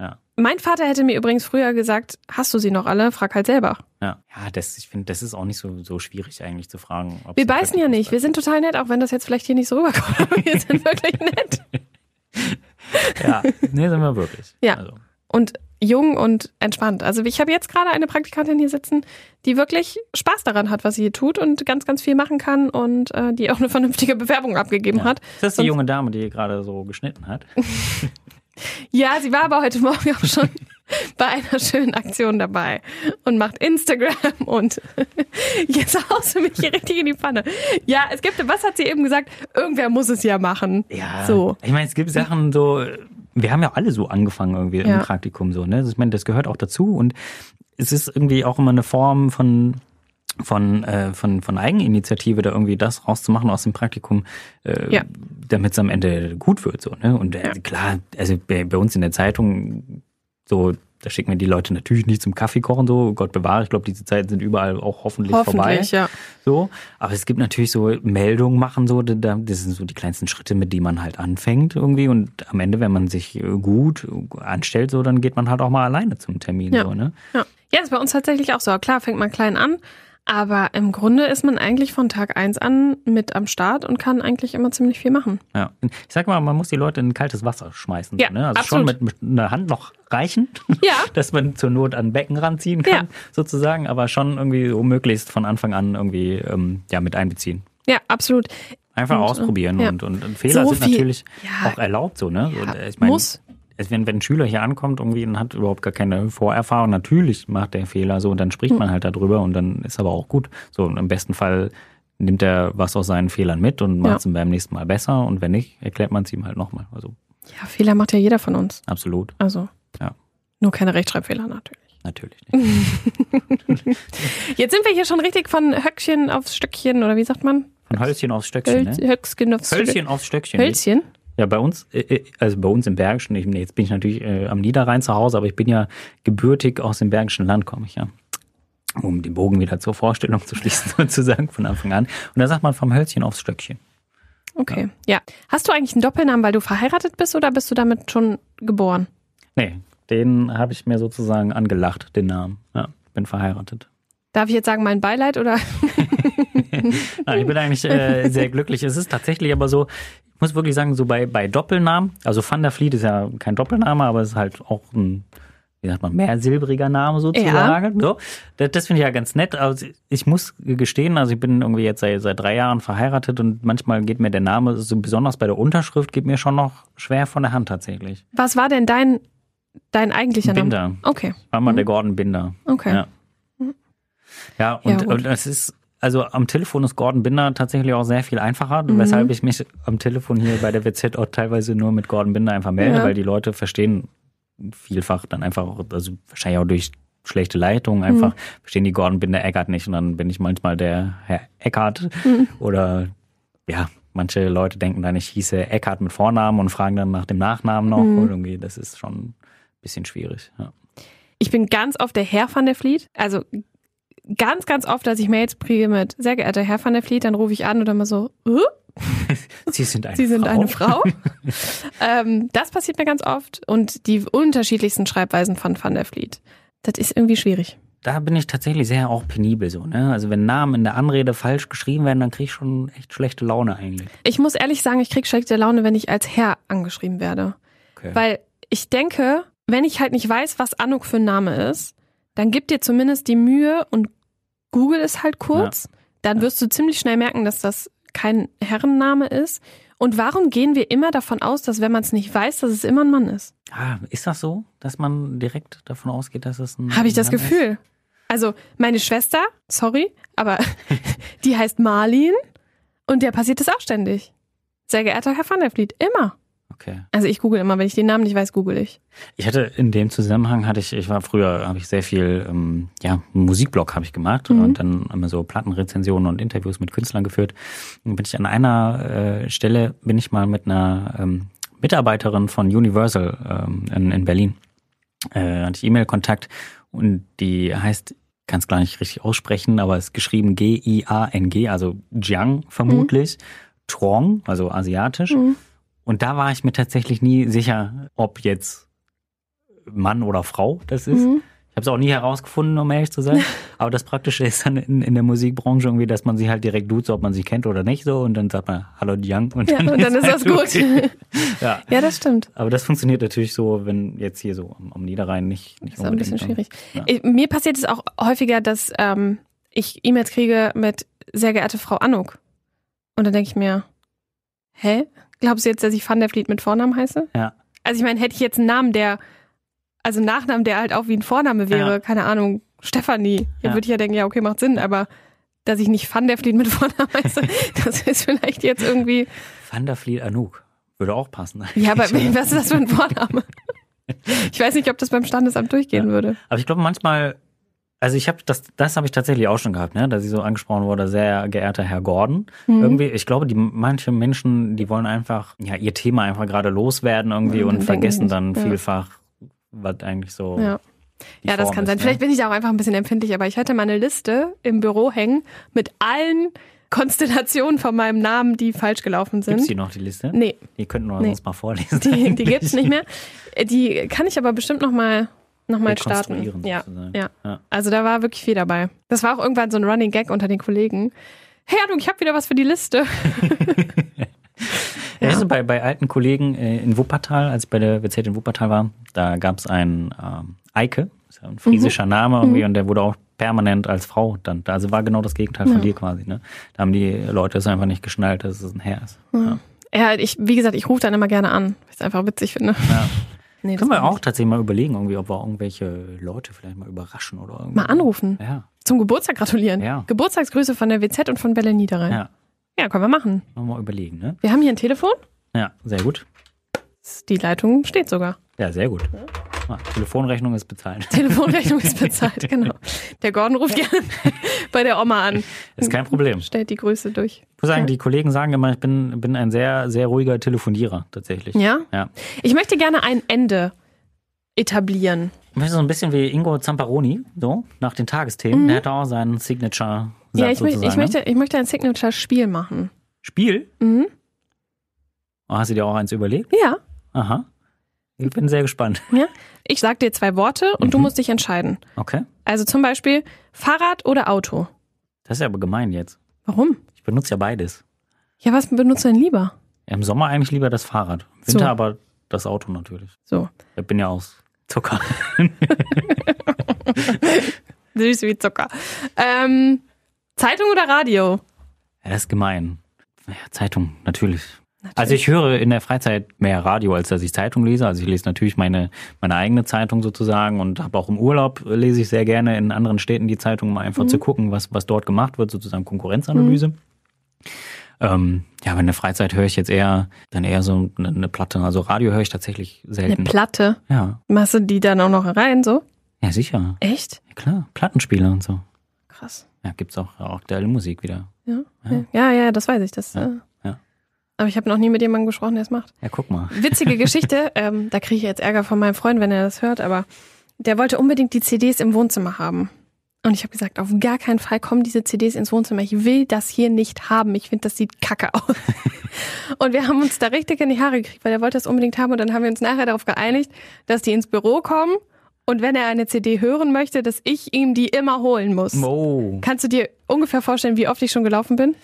[SPEAKER 3] Ja.
[SPEAKER 2] Mein Vater hätte mir übrigens früher gesagt, hast du sie noch alle? Frag halt selber.
[SPEAKER 3] Ja, ja das, ich finde, das ist auch nicht so, so schwierig eigentlich zu fragen. ob's
[SPEAKER 2] Wir
[SPEAKER 3] ein
[SPEAKER 2] beißen ja
[SPEAKER 3] Praktikum
[SPEAKER 2] nicht. Wir sind total nett, auch wenn das jetzt vielleicht hier nicht so rüberkommt. Aber wir sind wirklich nett.
[SPEAKER 3] gibt. Ja, nee, sind wir wirklich.
[SPEAKER 2] Ja.
[SPEAKER 3] Also,
[SPEAKER 2] und jung und entspannt. Also ich habe jetzt gerade eine Praktikantin hier sitzen, die wirklich Spaß daran hat, was sie hier tut und ganz, ganz viel machen kann und äh, die auch eine vernünftige Bewerbung abgegeben
[SPEAKER 3] ja.
[SPEAKER 2] hat.
[SPEAKER 3] Ist das die
[SPEAKER 2] Sonst-
[SPEAKER 3] junge Dame, die hier gerade so geschnitten hat?
[SPEAKER 2] Ja, sie war aber heute Morgen auch schon bei einer schönen Aktion dabei und macht Instagram und jetzt haust du mich hier richtig in die Pfanne. Ja, es gibt, was hat sie eben gesagt? Irgendwer muss es ja machen.
[SPEAKER 3] Ja.
[SPEAKER 2] So.
[SPEAKER 3] Ich meine, es gibt Sachen so, wir haben ja alle so angefangen irgendwie
[SPEAKER 2] Ja.
[SPEAKER 3] im Praktikum so, ne? Ich meine, das gehört auch dazu und es ist irgendwie auch immer eine Form von von, äh, von, von Eigeninitiative da irgendwie das rauszumachen aus dem Praktikum, äh,
[SPEAKER 2] Ja.
[SPEAKER 3] damit es am Ende gut wird. So, ne? Und äh, klar, also bei, bei uns in der Zeitung, so, da schicken wir die Leute natürlich nicht zum Kaffee kochen, so, Gott bewahre, ich glaube, diese Zeiten sind überall auch hoffentlich, vorbei.
[SPEAKER 2] Hoffentlich, ja.
[SPEAKER 3] So, aber es gibt natürlich so Meldungen machen, so, da- da- das sind so die kleinsten Schritte, mit denen man halt anfängt irgendwie. Und am Ende, wenn man sich äh, gut äh, anstellt, so, dann geht man halt auch mal alleine zum Termin.
[SPEAKER 2] Ja.
[SPEAKER 3] So, ne?
[SPEAKER 2] Ja. ja, ist bei uns tatsächlich auch so. Klar, fängt man klein an, Aber im Grunde ist man eigentlich von Tag eins an mit am Start und kann eigentlich immer ziemlich viel machen.
[SPEAKER 3] Ja. Ich sag mal, man muss die Leute in kaltes Wasser schmeißen.
[SPEAKER 2] Ja,
[SPEAKER 3] ne? Also schon
[SPEAKER 2] absolut.
[SPEAKER 3] mit, mit einer Hand noch reichen,
[SPEAKER 2] Ja.
[SPEAKER 3] dass man zur Not an Becken ranziehen kann, sozusagen, aber schon irgendwie so möglichst von Anfang an irgendwie ähm, ja, mit einbeziehen.
[SPEAKER 2] Ja, absolut.
[SPEAKER 3] Einfach
[SPEAKER 2] Und, äh,
[SPEAKER 3] ausprobieren
[SPEAKER 2] ja.
[SPEAKER 3] und, und, und Fehler
[SPEAKER 2] So
[SPEAKER 3] sind
[SPEAKER 2] viel-
[SPEAKER 3] natürlich
[SPEAKER 2] Ja.
[SPEAKER 3] auch erlaubt so, ne?
[SPEAKER 2] Ja,
[SPEAKER 3] und, äh, ich meine,
[SPEAKER 2] muss.
[SPEAKER 3] es- Wenn, wenn ein Schüler hier ankommt irgendwie und hat überhaupt gar keine Vorerfahrung, natürlich macht er Fehler so und dann
[SPEAKER 2] Hm.
[SPEAKER 3] spricht man halt darüber und dann ist aber auch gut. So, und im besten Fall nimmt er was aus seinen Fehlern mit und macht es ihm beim nächsten Mal besser und wenn nicht, erklärt man es ihm halt nochmal. Also
[SPEAKER 2] Ja, Fehler macht ja jeder von uns.
[SPEAKER 3] absolut,
[SPEAKER 2] Also.
[SPEAKER 3] Ja.
[SPEAKER 2] Nur keine Rechtschreibfehler natürlich.
[SPEAKER 3] natürlich nicht.
[SPEAKER 2] Jetzt sind wir hier schon richtig von Höckchen aufs Stöckchen oder wie sagt man?
[SPEAKER 3] Von Hölzchen aufs Stöckchen,
[SPEAKER 2] Höl
[SPEAKER 3] ne?
[SPEAKER 2] Höckskin aufs
[SPEAKER 3] Hölzchen aufs Stöckchen.
[SPEAKER 2] Hölzchen?
[SPEAKER 3] Ja, bei uns, äh, äh, also bei uns im Bergischen, ich, nee, jetzt bin ich natürlich äh, am Niederrhein zu Hause, aber ich bin ja gebürtig aus dem Bergischen Land, komme ich ja. Um den Bogen wieder zur Vorstellung zu schließen, sozusagen von Anfang an. Und da sagt man vom Hölzchen aufs Stöckchen.
[SPEAKER 2] Okay. Ja. Hast du eigentlich einen Doppelnamen, weil du verheiratet bist oder bist du damit schon geboren?
[SPEAKER 3] Nee, den habe ich mir sozusagen angelacht, den Namen. Ja, bin verheiratet.
[SPEAKER 2] Darf ich jetzt sagen, mein Beileid oder?
[SPEAKER 3] Nein, ich bin eigentlich äh, sehr glücklich. Es ist tatsächlich aber so, ich muss wirklich sagen, so bei, bei Doppelnamen, also Van der Vliet ist ja kein Doppelname, aber es ist halt auch ein, wie sagt man, mehr silbriger Name sozusagen. So, das das finde ich ja ganz nett. Also ich muss gestehen, also ich bin irgendwie jetzt seit, seit drei Jahren verheiratet und manchmal geht mir der Name, so besonders bei der Unterschrift, geht mir schon noch schwer von der Hand tatsächlich.
[SPEAKER 2] Was war denn dein, dein eigentlicher Name?
[SPEAKER 3] Binder.
[SPEAKER 2] Okay.
[SPEAKER 3] War mal der Gordon Binder.
[SPEAKER 2] Okay.
[SPEAKER 3] Ja. Ja, und,
[SPEAKER 2] Ja, gut.
[SPEAKER 3] und es ist, also am Telefon ist Gordon Binder tatsächlich auch sehr viel einfacher,
[SPEAKER 2] Mhm.
[SPEAKER 3] weshalb ich mich am Telefon hier bei der WZ auch teilweise nur mit Gordon Binder einfach melde,
[SPEAKER 2] Ja.
[SPEAKER 3] weil die Leute verstehen vielfach dann einfach, auch, also wahrscheinlich auch durch schlechte Leitung einfach,
[SPEAKER 2] Mhm.
[SPEAKER 3] verstehen die Gordon Binder Eckart nicht und dann bin ich manchmal der Herr Eckart
[SPEAKER 2] Mhm.
[SPEAKER 3] oder ja, manche Leute denken dann, ich hieße Eckart mit Vornamen und fragen dann nach dem Nachnamen noch
[SPEAKER 2] Mhm.
[SPEAKER 3] und irgendwie, das ist schon ein bisschen schwierig. Ja.
[SPEAKER 2] Ich bin ganz oft der Herr van der Vliet. Also ganz, ganz oft, dass ich Mails kriege mit, sehr geehrter Herr van der Vliet, dann rufe ich an und dann mal so, "Äh,
[SPEAKER 3] Sie sind eine
[SPEAKER 2] Sie sind
[SPEAKER 3] Frau.
[SPEAKER 2] eine Frau. ähm, das passiert mir ganz oft. Und die unterschiedlichsten Schreibweisen von Van der Vliet. Das ist irgendwie schwierig.
[SPEAKER 3] da bin ich tatsächlich sehr auch penibel so, ne? Also wenn Namen in der Anrede falsch geschrieben werden, dann krieg ich schon echt schlechte Laune eigentlich.
[SPEAKER 2] Ich muss ehrlich sagen, ich kriege schlechte Laune, wenn ich als Herr angeschrieben werde.
[SPEAKER 3] Okay.
[SPEAKER 2] Weil ich denke, wenn ich halt nicht weiß, was Anuk für ein Name ist, dann gib dir zumindest die Mühe und google es halt kurz. Dann wirst du ziemlich schnell merken, dass das kein Herrenname ist. Und warum gehen wir immer davon aus, dass wenn man es nicht weiß, dass es immer ein Mann ist?
[SPEAKER 3] ah, ist das so, dass man direkt davon ausgeht, dass es ein
[SPEAKER 2] Habe ich das
[SPEAKER 3] Mann ist?
[SPEAKER 2] Gefühl. Also meine Schwester, sorry, aber die heißt Marlin und der passiert das auch ständig. Sehr geehrter Herr Van der Vliet, immer.
[SPEAKER 3] Okay.
[SPEAKER 2] Also ich google immer, wenn ich den Namen nicht weiß, google ich.
[SPEAKER 3] Ich hatte in dem Zusammenhang hatte ich, ich war früher, habe ich sehr viel, ähm, ja, einen Musikblog habe ich gemacht
[SPEAKER 2] Mhm.
[SPEAKER 3] und dann immer so Plattenrezensionen und Interviews mit Künstlern geführt. Und bin ich an einer äh, Stelle bin ich mal mit einer ähm, Mitarbeiterin von Universal ähm, in, in Berlin äh, hatte ich E-Mail-Kontakt und die heißt, kann es gar nicht richtig aussprechen, aber ist geschrieben G-I-A-N-G, also Jiang
[SPEAKER 2] Mhm.
[SPEAKER 3] vermutlich, Trong, also asiatisch. Und da war ich mir tatsächlich nie sicher, ob jetzt Mann oder Frau das ist.
[SPEAKER 2] Mhm.
[SPEAKER 3] Ich habe es auch nie herausgefunden, um ehrlich zu sein. Aber das Praktische ist dann in, in der Musikbranche irgendwie, dass man sie halt direkt duzt, ob man sie kennt oder nicht so. Und dann sagt man, hallo Jiang. Und
[SPEAKER 2] Ja, und dann ist das
[SPEAKER 3] halt
[SPEAKER 2] gut.
[SPEAKER 3] okay. ja.
[SPEAKER 2] Ja, das stimmt.
[SPEAKER 3] Aber das funktioniert natürlich so, wenn jetzt hier so am, am Niederrhein nicht, nicht
[SPEAKER 2] Das ist auch ein bisschen schwierig.
[SPEAKER 3] Ja.
[SPEAKER 2] Ich- Mir passiert es auch häufiger, dass ähm, ich E-Mails kriege mit sehr geehrte Frau Anuk. Und dann denke ich mir, hä? Glaubst du jetzt, dass ich Van der Vliet mit Vornamen heiße?
[SPEAKER 3] Ja.
[SPEAKER 2] Also ich meine, hätte ich jetzt einen Namen, der, also einen Nachnamen, der halt auch wie ein Vorname wäre,
[SPEAKER 3] Ja.
[SPEAKER 2] keine Ahnung, Stefanie, hier
[SPEAKER 3] Ja.
[SPEAKER 2] würde ich ja denken, ja, okay, macht Sinn, aber dass ich nicht Van der Vliet mit Vornamen heiße, das ist vielleicht jetzt irgendwie,
[SPEAKER 3] Van der Vliet Anouk. Würde auch passen.
[SPEAKER 2] ja, aber was ist das für ein Vorname? Ich weiß nicht, ob das beim Standesamt durchgehen würde.
[SPEAKER 3] Aber ich glaube manchmal, also ich habe das, das habe ich tatsächlich auch schon gehabt, ne, dass ich so angesprochen wurde, sehr geehrter Herr Gordon.
[SPEAKER 2] Mhm.
[SPEAKER 3] Irgendwie, ich glaube, die manche Menschen, die wollen einfach ja ihr Thema einfach gerade loswerden irgendwie
[SPEAKER 2] Ja,
[SPEAKER 3] und
[SPEAKER 2] denken
[SPEAKER 3] vergessen
[SPEAKER 2] nicht,
[SPEAKER 3] dann
[SPEAKER 2] Mhm, ja.
[SPEAKER 3] vielfach, was eigentlich so.
[SPEAKER 2] Ja.
[SPEAKER 3] die
[SPEAKER 2] ja, das kann
[SPEAKER 3] Form ist,
[SPEAKER 2] sein.
[SPEAKER 3] ne?
[SPEAKER 2] Vielleicht bin ich auch einfach ein bisschen empfindlich, aber ich hatte meine Liste im Büro hängen mit allen Konstellationen von meinem Namen, die falsch gelaufen
[SPEAKER 3] Gibt's
[SPEAKER 2] sind.
[SPEAKER 3] die noch die Liste?
[SPEAKER 2] Nee,
[SPEAKER 3] Die könnten wir
[SPEAKER 2] Nee.
[SPEAKER 3] sonst mal vorlesen.
[SPEAKER 2] die, die gibt's nicht mehr. Die kann ich aber bestimmt noch mal nochmal
[SPEAKER 3] rekonstruieren
[SPEAKER 2] starten. Ja,
[SPEAKER 3] sozusagen.
[SPEAKER 2] ja.
[SPEAKER 3] Ja.
[SPEAKER 2] Also da war wirklich viel dabei. Das war auch irgendwann so ein Running Gag unter den Kollegen. Hey, du, ich habe wieder was für die Liste.
[SPEAKER 3] Ja. Also bei, bei alten Kollegen äh, in Wuppertal, als ich bei der WZ in Wuppertal war, da gab es einen ähm, Eike, ist ja ein friesischer Name irgendwie, und der wurde auch permanent als Frau dann. da. Also war genau das Gegenteil von dir quasi. Ne? Da haben die Leute es einfach nicht geschnallt, dass es ein Herr ist. Ja.
[SPEAKER 2] Ja, ich, wie gesagt, ich rufe dann immer gerne an, weil ich es einfach witzig finde.
[SPEAKER 3] Ja.
[SPEAKER 2] Nee,
[SPEAKER 3] Können
[SPEAKER 2] das
[SPEAKER 3] wir auch tatsächlich mal überlegen, irgendwie, ob wir irgendwelche Leute vielleicht mal überraschen oder irgendwie.
[SPEAKER 2] Mal anrufen.
[SPEAKER 3] Ja,
[SPEAKER 2] Zum Geburtstag gratulieren.
[SPEAKER 3] Ja.
[SPEAKER 2] Geburtstagsgrüße von der WZ und von Belle Niederrhein.
[SPEAKER 3] ja.
[SPEAKER 2] ja, können wir machen.
[SPEAKER 3] Nochmal überlegen, ne?
[SPEAKER 2] Wir haben hier ein Telefon.
[SPEAKER 3] Ja, sehr gut.
[SPEAKER 2] Die Leitung steht sogar.
[SPEAKER 3] Ja, sehr gut. Ah, Telefonrechnung ist bezahlt.
[SPEAKER 2] Telefonrechnung ist bezahlt, genau. Der Gordon ruft gerne bei der Oma an,
[SPEAKER 3] Ist kein Problem.
[SPEAKER 2] stellt die Grüße durch.
[SPEAKER 3] Ich muss sagen, die Kollegen sagen immer, ich bin, bin ein sehr, sehr ruhiger Telefonierer tatsächlich.
[SPEAKER 2] Ja?
[SPEAKER 3] Ja.
[SPEAKER 2] Ich möchte gerne ein Ende etablieren.
[SPEAKER 3] Ich möchte so ein bisschen wie Ingo Zamparoni, so, nach den Tagesthemen. Der hat auch seinen signature -Satz
[SPEAKER 2] Mhm. ja, ich, möcht-
[SPEAKER 3] sozusagen. ne?
[SPEAKER 2] ich, möchte, ich möchte ein Signature-Spiel machen.
[SPEAKER 3] Spiel?
[SPEAKER 2] Mhm.
[SPEAKER 3] Oh, hast du dir auch eins überlegt?
[SPEAKER 2] Ja.
[SPEAKER 3] Aha. Ich bin sehr gespannt.
[SPEAKER 2] ja. Ich sag dir zwei Worte und du musst dich entscheiden.
[SPEAKER 3] Okay.
[SPEAKER 2] Also zum Beispiel Fahrrad oder Auto.
[SPEAKER 3] Das ist ja aber gemein jetzt.
[SPEAKER 2] Warum?
[SPEAKER 3] Ich benutze ja beides.
[SPEAKER 2] Ja, was benutzt du denn lieber?
[SPEAKER 3] Im Sommer eigentlich lieber das Fahrrad. Im Winter
[SPEAKER 2] So.
[SPEAKER 3] aber das Auto natürlich.
[SPEAKER 2] So.
[SPEAKER 3] Ich bin ja aus Zucker.
[SPEAKER 2] Süß wie Zucker. Ähm, Zeitung oder Radio?
[SPEAKER 3] Ja, das ist gemein. Ja, Zeitung, natürlich. Also ich höre in der Freizeit mehr Radio, als dass ich Zeitung lese. Also ich lese natürlich meine, meine eigene Zeitung sozusagen und habe auch im Urlaub äh, lese ich sehr gerne in anderen Städten die Zeitung, um einfach zu gucken, was, was dort gemacht wird, sozusagen Konkurrenzanalyse. Ähm, ja, aber in der Freizeit höre ich jetzt eher, dann eher so eine, eine Platte. Also Radio höre ich tatsächlich
[SPEAKER 2] Eine
[SPEAKER 3] selten.
[SPEAKER 2] Platte.
[SPEAKER 3] ja.
[SPEAKER 2] Machst du die dann auch noch rein, so?
[SPEAKER 3] ja, sicher.
[SPEAKER 2] Echt?
[SPEAKER 3] Ja, klar, Plattenspieler und so.
[SPEAKER 2] Krass.
[SPEAKER 3] Ja, gibt's auch auch aktuelle Musik wieder.
[SPEAKER 2] Ja, ja, ja, ja das weiß ich. Das, äh,
[SPEAKER 3] ja.
[SPEAKER 2] Aber ich habe noch nie mit jemandem gesprochen, der es macht.
[SPEAKER 3] Ja, guck mal.
[SPEAKER 2] Witzige Geschichte, ähm, da kriege ich jetzt Ärger von meinem Freund, wenn er das hört, aber der wollte unbedingt die CDs im Wohnzimmer haben. Und ich habe gesagt, auf gar keinen Fall kommen diese CDs ins Wohnzimmer. Ich will das hier nicht haben. Ich finde, das sieht kacke aus. Und wir haben uns da richtig in die Haare gekriegt, weil er wollte das unbedingt haben. Und dann haben wir uns nachher darauf geeinigt, dass die ins Büro kommen. Und wenn er eine CD hören möchte, dass ich ihm die immer holen muss.
[SPEAKER 3] Oh.
[SPEAKER 2] Kannst du dir ungefähr vorstellen, wie oft ich schon gelaufen bin?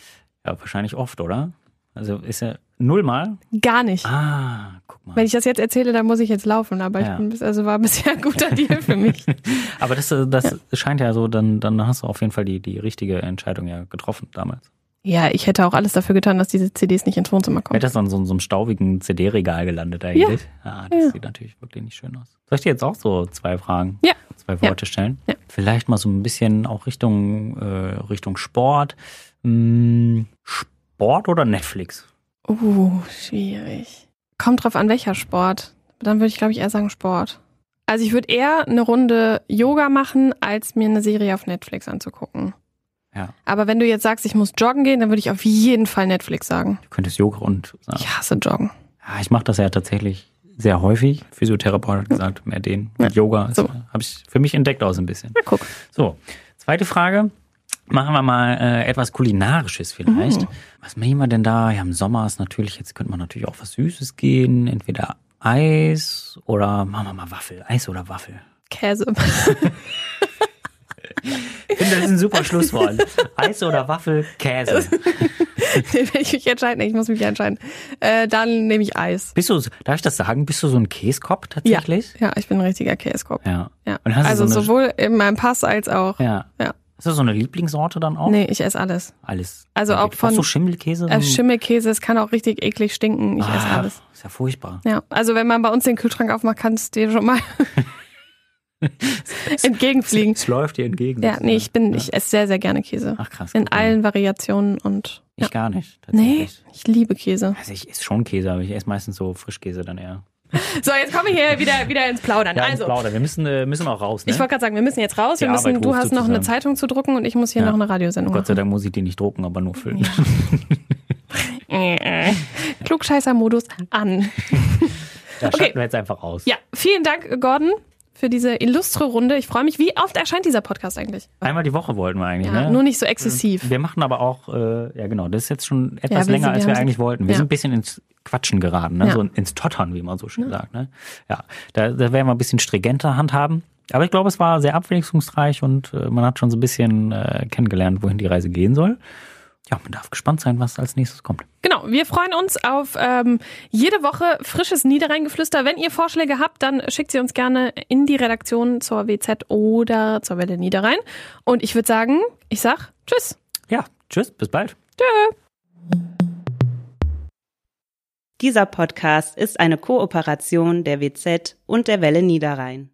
[SPEAKER 3] Ja, wahrscheinlich oft, oder? Also ist ja nullmal.
[SPEAKER 2] Gar nicht.
[SPEAKER 3] Ah, guck mal.
[SPEAKER 2] Wenn ich das jetzt erzähle, dann muss ich jetzt laufen. Aber
[SPEAKER 3] Ja.
[SPEAKER 2] ich bin, bis- also war bisher ein guter Deal für mich.
[SPEAKER 3] Aber das, äh, das scheint ja so, dann, dann hast du auf jeden Fall die, die richtige Entscheidung ja getroffen damals.
[SPEAKER 2] Ja, ich hätte auch alles dafür getan, dass diese CDs nicht ins Wohnzimmer kommen.
[SPEAKER 3] Wäre das an so, so einem staubigen CD-Regal gelandet eigentlich? Ah, das
[SPEAKER 2] Ja.
[SPEAKER 3] sieht natürlich wirklich nicht schön aus. Soll ich dir jetzt auch so zwei Fragen,
[SPEAKER 2] Ja.
[SPEAKER 3] zwei
[SPEAKER 2] Ja.
[SPEAKER 3] Worte stellen?
[SPEAKER 2] Ja.
[SPEAKER 3] Vielleicht mal so ein bisschen auch Richtung, äh, Richtung Sport. Hm, Sport oder Netflix?
[SPEAKER 2] Uh, schwierig. Kommt drauf an, welcher Sport. Dann würde ich, glaube ich, eher sagen Sport. Also ich würde eher eine Runde Yoga machen, als mir eine Serie auf Netflix anzugucken.
[SPEAKER 3] Ja.
[SPEAKER 2] Aber wenn du jetzt sagst, ich muss joggen gehen, dann würde ich auf jeden Fall Netflix sagen.
[SPEAKER 3] Du könntest Yoga und äh, sagen.
[SPEAKER 2] Ich hasse Joggen.
[SPEAKER 3] Ja, ich mache das ja tatsächlich sehr häufig. Physiotherapeut hat gesagt, mehr den. Und Yoga
[SPEAKER 2] Mhm. So.
[SPEAKER 3] habe ich für mich entdeckt aus ein bisschen.
[SPEAKER 2] Na guck.
[SPEAKER 3] So, zweite Frage. Machen wir mal äh, etwas Kulinarisches
[SPEAKER 2] Mhm.
[SPEAKER 3] vielleicht. Was nehmen wir denn da? Ja, im Sommer ist natürlich, jetzt könnte man natürlich auch was Süßes gehen. Entweder Eis oder machen wir mal Waffel. Eis oder Waffel.
[SPEAKER 2] Käse.
[SPEAKER 3] Ich finde, das ist ein super Schlusswort. Eis oder Waffel, Käse.
[SPEAKER 2] wenn ich mich entscheiden, ich muss mich entscheiden. Äh, dann nehme ich Eis.
[SPEAKER 3] Bist du, so- darf ich das sagen? Bist du so ein Käskopf
[SPEAKER 2] Ja.
[SPEAKER 3] tatsächlich?
[SPEAKER 2] ja, ich bin ein richtiger Käsekopf.
[SPEAKER 3] Ja.
[SPEAKER 2] Ja.
[SPEAKER 3] Und hast du
[SPEAKER 2] also
[SPEAKER 3] so eine-
[SPEAKER 2] sowohl in meinem Pass als auch.
[SPEAKER 3] Ja.
[SPEAKER 2] Ja.
[SPEAKER 3] Hast du so eine Lieblingssorte dann auch?
[SPEAKER 2] Nee, ich esse alles.
[SPEAKER 3] Alles.
[SPEAKER 2] Also auch von-
[SPEAKER 3] Hast du Schimmelkäse?
[SPEAKER 2] Äh, Schimmelkäse, es kann auch richtig eklig stinken. Ich esse
[SPEAKER 3] Mhm. Ah,
[SPEAKER 2] alles.
[SPEAKER 3] Ist ja furchtbar.
[SPEAKER 2] Ja, also wenn man bei uns den Kühlschrank aufmacht, kannst du dir schon mal entgegenfliegen.
[SPEAKER 3] Es läuft dir entgegen.
[SPEAKER 2] Ja, nee, ich bin,
[SPEAKER 3] Ja.
[SPEAKER 2] ich esse sehr, sehr gerne Käse.
[SPEAKER 3] Ach krass.
[SPEAKER 2] In
[SPEAKER 3] guck mal.
[SPEAKER 2] allen Variationen und.
[SPEAKER 3] Ich
[SPEAKER 2] Ja.
[SPEAKER 3] gar nicht.
[SPEAKER 2] Nee,
[SPEAKER 3] tatsächlich.
[SPEAKER 2] ich liebe Käse.
[SPEAKER 3] Also ich esse schon Käse, aber ich esse meistens so Frischkäse dann eher.
[SPEAKER 2] So, jetzt kommen wir hier wieder, wieder ins Plaudern.
[SPEAKER 3] Ja,
[SPEAKER 2] also,
[SPEAKER 3] Plauder. Wir müssen, äh, müssen auch raus. Ne?
[SPEAKER 2] ich wollte gerade sagen, wir müssen jetzt raus.
[SPEAKER 3] Die
[SPEAKER 2] wir müssen,
[SPEAKER 3] Arbeit
[SPEAKER 2] du
[SPEAKER 3] ruft
[SPEAKER 2] hast noch eine
[SPEAKER 3] sozusagen.
[SPEAKER 2] Zeitung zu drucken und ich muss hier
[SPEAKER 3] Ja.
[SPEAKER 2] noch eine Radiosendung
[SPEAKER 3] Gott
[SPEAKER 2] machen.
[SPEAKER 3] sei Dank muss ich die nicht drucken, aber nur füllen.
[SPEAKER 2] Klugscheißer-Modus an.
[SPEAKER 3] Da
[SPEAKER 2] Okay.
[SPEAKER 3] schalten wir jetzt einfach aus.
[SPEAKER 2] Ja, vielen Dank, Gordon, für diese illustre Runde. Ich freue mich. Wie oft erscheint dieser Podcast eigentlich?
[SPEAKER 3] Einmal die Woche wollten wir eigentlich,
[SPEAKER 2] Ja,
[SPEAKER 3] ne?
[SPEAKER 2] Nur nicht so exzessiv.
[SPEAKER 3] Wir machen aber auch, äh, ja genau, das ist jetzt schon etwas
[SPEAKER 2] wir
[SPEAKER 3] länger,
[SPEAKER 2] sind- wir
[SPEAKER 3] als
[SPEAKER 2] haben
[SPEAKER 3] wir
[SPEAKER 2] so-
[SPEAKER 3] eigentlich wollten. Wir
[SPEAKER 2] Ja.
[SPEAKER 3] sind ein bisschen ins Quatschen geraten, ne?
[SPEAKER 2] Ja.
[SPEAKER 3] so ins Tottern, wie man so schön sagt. Ne? Ja, da, da werden wir ein bisschen stringenter handhaben. Aber ich glaube, es war sehr abwechslungsreich und äh, man hat schon so ein bisschen äh, kennengelernt, wohin die Reise gehen soll. Ja, man darf gespannt sein, was als nächstes kommt.
[SPEAKER 2] Genau, wir freuen uns auf ähm, jede Woche frisches Niederrheingeflüster. Wenn ihr Vorschläge habt, dann schickt sie uns gerne in die Redaktion zur WZ oder zur Welle Niederrhein. Und ich würde sagen, ich sag Tschüss.
[SPEAKER 3] Ja, tschüss, bis bald.
[SPEAKER 1] Dieser Podcast ist eine Kooperation der WZ und der Welle Niederrhein.